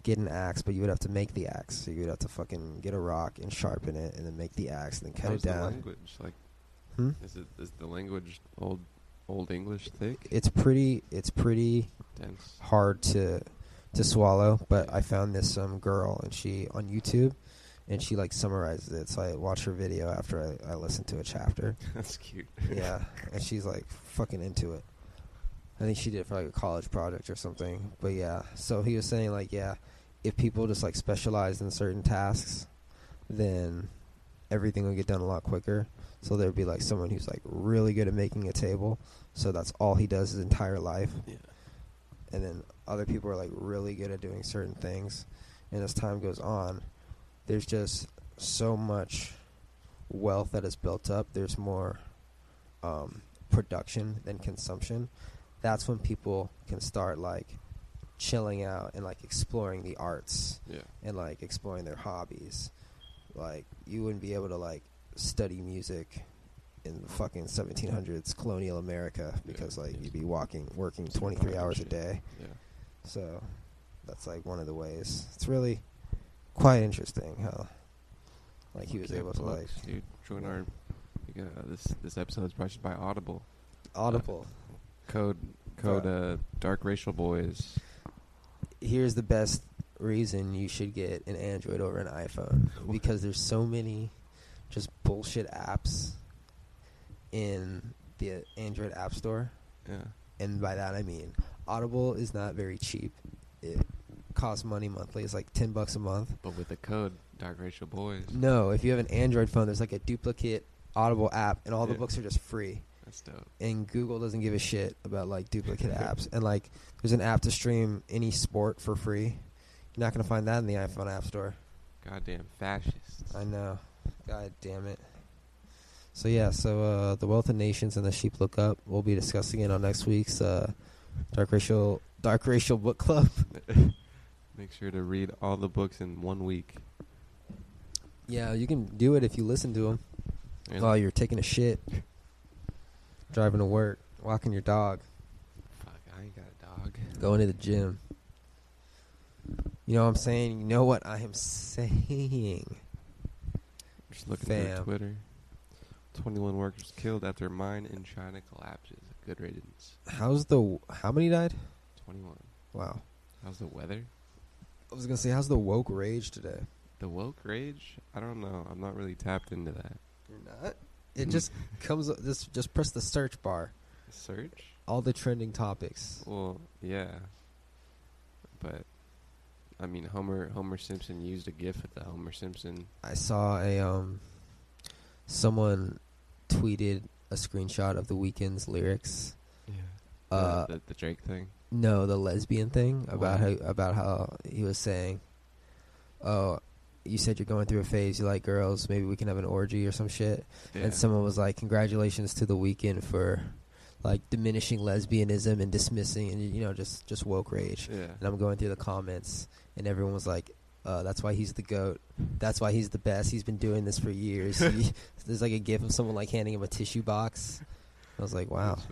Speaker 1: get an axe, but you would have to make the axe. So you would have to fucking get a rock and sharpen it and then make the axe and then cut
Speaker 2: How's
Speaker 1: it
Speaker 2: the
Speaker 1: down.
Speaker 2: language? Like,
Speaker 1: Hmm?
Speaker 2: is, it, is the language old old English thick?
Speaker 1: It's pretty it's pretty
Speaker 2: Dense. (laughs)
Speaker 1: hard to to swallow, but I found this um girl and she on YouTube and she like summarizes it. So I watched her video after I, I listened to a chapter.
Speaker 2: That's cute.
Speaker 1: Yeah. and she's like fucking into it. I think she did it for like a college project or something. But yeah. So he was saying like, yeah, if people just like specialize in certain tasks, then everything would get done a lot quicker. So there'd be like someone who's like really good at making a table. So that's all he does his entire life
Speaker 2: (laughs) Yeah.
Speaker 1: and then other people are like really good at doing certain things and as time goes on there's just so much wealth that is built up there's more um, production than consumption that's when people can start like chilling out and like exploring the arts
Speaker 2: Yeah.
Speaker 1: and like exploring their hobbies. Like you wouldn't be able to like study music in the fucking 1700s colonial America
Speaker 2: Yeah.
Speaker 1: because like you'd be walking working
Speaker 2: Some
Speaker 1: 23
Speaker 2: private
Speaker 1: hours a
Speaker 2: shit.
Speaker 1: day.
Speaker 2: Yeah.
Speaker 1: So that's like one of the ways. It's really quite interesting how like he was
Speaker 2: Okay,
Speaker 1: able to like
Speaker 2: plugs, dude, join
Speaker 1: yeah.
Speaker 2: our. we got, uh, this this episode is brought to you by Audible.
Speaker 1: audible.
Speaker 2: Code code uh, Dark Racial Boys.
Speaker 1: Here's the best reason you should get an Android over an iPhone because there's so many just bullshit apps in the Android App Store
Speaker 2: Yeah.
Speaker 1: and by that I mean Audible is not very cheap. It costs money monthly. It's like ten bucks a month.
Speaker 2: But with the code Dark Racial Boys.
Speaker 1: No, if you have an Android phone, there's like a duplicate Audible app, and all the
Speaker 2: Yeah.
Speaker 1: books are just free.
Speaker 2: That's dope.
Speaker 1: And Google doesn't give a shit about like duplicate apps. And like, there's an app to stream any sport for free. You're not gonna find that in the iPhone App Store.
Speaker 2: Goddamn fascists.
Speaker 1: I know. God damn it. So yeah, so uh, the wealth of nations and the sheep look up. We'll be discussing it on next week's uh, dark racial dark racial book club.
Speaker 2: Make sure to read all the books in one week.
Speaker 1: Yeah, you can do it if you listen to them
Speaker 2: Really?
Speaker 1: while you're taking a shit, driving to work, walking your dog,
Speaker 2: Fuck, I ain't got a dog.
Speaker 1: going to the gym. You know what I'm saying? You know what I am saying?
Speaker 2: Just looking through
Speaker 1: Fam.
Speaker 2: Twitter. 21 workers killed after mine in China collapses. Good riddance.
Speaker 1: How's the how many died?
Speaker 2: 21.
Speaker 1: Wow.
Speaker 2: How's the weather?
Speaker 1: I was gonna say, how's the woke rage today?
Speaker 2: The woke rage? I don't know. I'm not really tapped into that.
Speaker 1: You're not. It just comes. up- Just just press the search bar.
Speaker 2: Search?
Speaker 1: All the trending topics.
Speaker 2: Well, yeah. But I mean Homer Homer Simpson used a gif of the Homer Simpson
Speaker 1: I saw a um, someone tweeted a screenshot of the weekend's lyrics.
Speaker 2: Yeah.
Speaker 1: Uh,
Speaker 2: the, the, the Drake thing.
Speaker 1: No, the lesbian thing about how
Speaker 2: Why?
Speaker 1: about how he was saying, "Oh, you said you're going through a phase. You like girls. Maybe we can have an orgy or some shit."
Speaker 2: Yeah.
Speaker 1: And someone was like, "Congratulations to the weekend for like diminishing lesbianism and dismissing and you know just just woke rage."
Speaker 2: yeah.
Speaker 1: And I'm going through the comments, and everyone was like, uh, "That's why he's the goat. That's why he's the best. He's been doing this for
Speaker 2: (laughs)
Speaker 1: years." He, there's like a gif of someone like handing him a tissue box. I was like, "Wow,
Speaker 2: That's,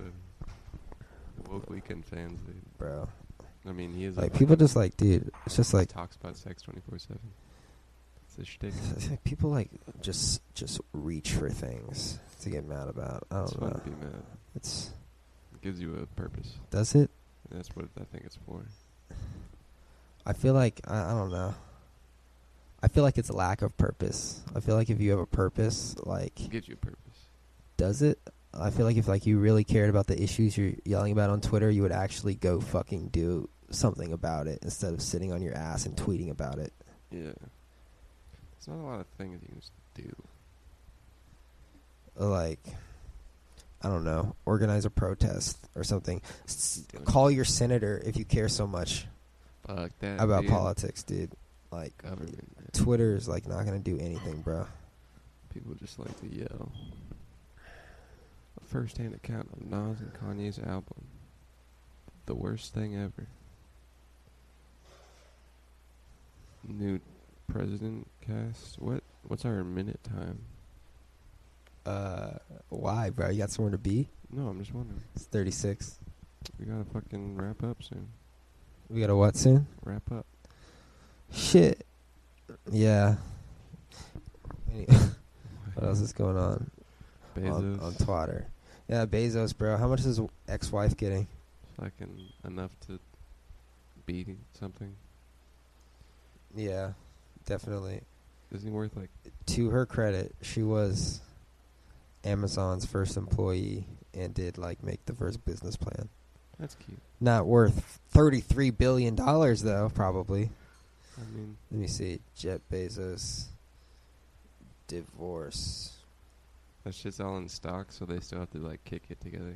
Speaker 2: uh, woke weekend fans. They,
Speaker 1: bro!"
Speaker 2: I mean, he is a
Speaker 1: Like
Speaker 2: fucking-
Speaker 1: people just like, dude, it's just
Speaker 2: he
Speaker 1: like
Speaker 2: talks about sex twenty four seven. It's
Speaker 1: (laughs)
Speaker 2: a shtick.
Speaker 1: people like just just reach for things to get mad about. I
Speaker 2: It's
Speaker 1: don't
Speaker 2: fun
Speaker 1: know.
Speaker 2: to be mad.
Speaker 1: It's
Speaker 2: It gives you a purpose.
Speaker 1: does it?
Speaker 2: And that's what I think it's for.
Speaker 1: I feel like I, I don't know. I feel like it's a lack of purpose. I feel like if you have a purpose, like
Speaker 2: It gives you a purpose.
Speaker 1: does it? I feel like if like you really cared about the issues you're yelling about on Twitter, you would actually go fucking do something about it instead of sitting on your ass and tweeting about it.
Speaker 2: Yeah. There's not a lot of things you can just do.
Speaker 1: Like I don't know, organize a protest or something. S- call your senator if you care so much
Speaker 2: Fuck that.
Speaker 1: about
Speaker 2: dude.
Speaker 1: politics, dude. Like
Speaker 2: Government. man.
Speaker 1: Twitter is like not gonna do anything, bro.
Speaker 2: People just like to yell. A first hand account of Nas and Kanye's album. The worst thing ever. New president cast. What? What's our minute time?
Speaker 1: Uh, why, bro? You got somewhere to be?
Speaker 2: No, I'm just wondering.
Speaker 1: It's 36.
Speaker 2: We gotta fucking wrap up soon.
Speaker 1: We got a what soon?
Speaker 2: Wrap up.
Speaker 1: Shit. Yeah. Any- (laughs) what else is going on on,
Speaker 2: Bezos.
Speaker 1: on Twitter? Yeah, Bezos, bro. How much is his ex-wife getting?
Speaker 2: fucking enough to beat something.
Speaker 1: Yeah, definitely.
Speaker 2: Isn't he worth like?
Speaker 1: To her credit, she was Amazon's first employee and did like make the first business plan.
Speaker 2: That's cute.
Speaker 1: Not worth thirty-three billion dollars though, probably.
Speaker 2: I mean,
Speaker 1: Let me see. Jeff Bezos divorce.
Speaker 2: that shit's all in stock, so they still have to like kick it together.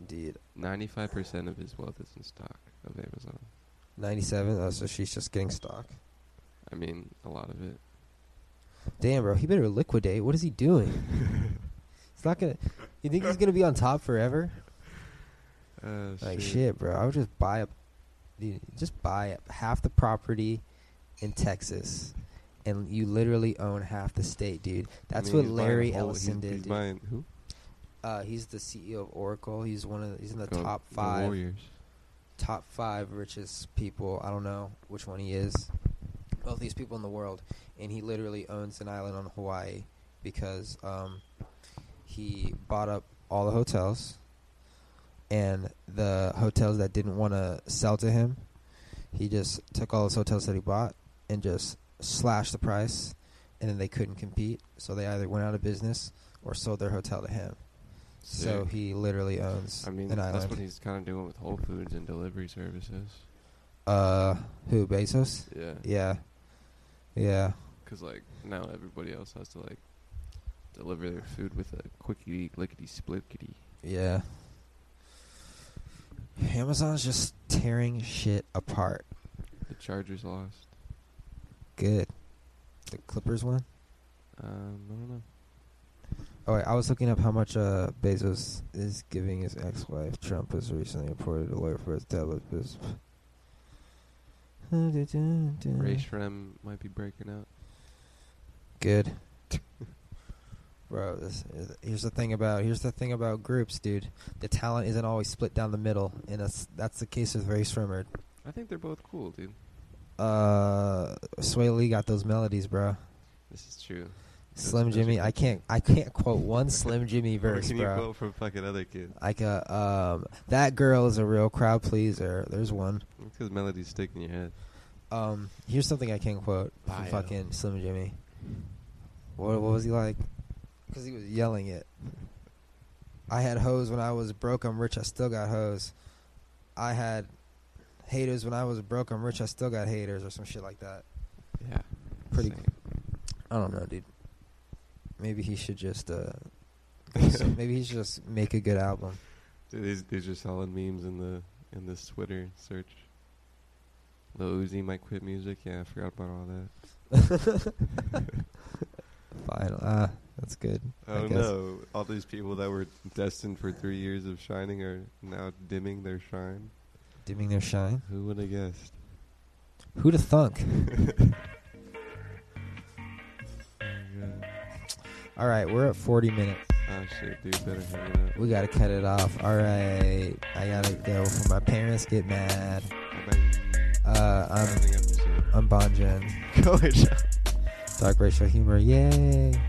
Speaker 1: Indeed.
Speaker 2: Ninety-five percent of his wealth is in stock of Amazon.
Speaker 1: 97. Oh, so she's just getting stock.
Speaker 2: I mean, a lot of it.
Speaker 1: Damn, bro. He better liquidate. What is he
Speaker 2: (laughs)
Speaker 1: doing? It's not going to. You think he's going to be on top forever?
Speaker 2: Uh,
Speaker 1: Like, shit, bro. I would just buy a. dude, Just buy half the property in Texas. And you literally own half the state, dude. That's
Speaker 2: I mean,
Speaker 1: what
Speaker 2: he's buying a
Speaker 1: Larry
Speaker 2: whole-
Speaker 1: Ellison
Speaker 2: he's,
Speaker 1: did.
Speaker 2: He's
Speaker 1: dude.
Speaker 2: buying who?
Speaker 1: Uh, he's the CEO of Oracle. He's one of the, he's in the
Speaker 2: Oh,
Speaker 1: top five
Speaker 2: Warriors.
Speaker 1: top five richest people. I don't know which one he is. Wealthiest people in the world, and he literally owns an island on Hawaii because um, he bought up all the hotels, and the hotels that didn't want to sell to him, he just took all those hotels that he bought and just slashed the price, and then they couldn't compete, so they either went out of business or sold their hotel to him. So
Speaker 2: Sick.
Speaker 1: he literally owns
Speaker 2: I mean,
Speaker 1: an
Speaker 2: that's
Speaker 1: island.
Speaker 2: what he's kind of doing with Whole Foods and delivery services.
Speaker 1: Uh, who Bezos?
Speaker 2: Yeah.
Speaker 1: Yeah, yeah,
Speaker 2: Because, like, now everybody else has to, like, deliver their food with a quickie, lickety, splickety.
Speaker 1: yeah. Amazon's just tearing shit apart.
Speaker 2: The Chargers lost.
Speaker 1: Good. The Clippers won.
Speaker 2: Um, I don't know.
Speaker 1: Oh wait, I was looking up how much uh, Bezos is giving his ex-wife. Trump has recently appointed a lawyer for his tablet business.
Speaker 2: Ray Shrem might be breaking out.
Speaker 1: Good. Bro, this is, here's the thing about here's the thing about groups, dude. The talent isn't always split down the middle, and that's that's the case with Ray Shremmerd.
Speaker 2: I think they're both cool, dude.
Speaker 1: Uh, Sway Lee got those melodies, bro.
Speaker 2: This is true.
Speaker 1: Slim
Speaker 2: those are
Speaker 1: Jimmy,
Speaker 2: good.
Speaker 1: I can't I can't quote one Slim Jimmy verse,
Speaker 2: can you
Speaker 1: bro.
Speaker 2: quote from fucking other kids?
Speaker 1: Like a um, that girl is a real crowd pleaser. There's one.
Speaker 2: Because melodies stick in your head.
Speaker 1: Um, here's something I can quote from
Speaker 2: Bio.
Speaker 1: fucking Slim Jimmy. What what was he like? Because he was yelling it. I had hoes when I was broke. I'm rich. I still got hoes. I had haters when I was broke. I'm rich. I still got haters, or some shit like that.
Speaker 2: Yeah.
Speaker 1: Pretty
Speaker 2: Same.
Speaker 1: I don't know, dude. Maybe he should just uh, (laughs) so maybe he should just make a good album.
Speaker 2: Dude, these these are solid memes in the in this Twitter search. Lil Uzi might quit music. Yeah, I forgot about all that.
Speaker 1: Final, ah, that's good. I
Speaker 2: Oh
Speaker 1: guess.
Speaker 2: no! All these people that were destined for three years of shining are now dimming their shine.
Speaker 1: Dimming their shine.
Speaker 2: Who would have guessed?
Speaker 1: Who'd have thunk? (laughs) All right, we're at 40 minutes.
Speaker 2: Oh shit, dude, better hang it up.
Speaker 1: We gotta cut it off. All right, I gotta go. My parents get mad. Uh, I'm
Speaker 2: Bye-bye.
Speaker 1: I'm Bonjen.
Speaker 2: Go ahead.
Speaker 1: Dark racial humor. Yay.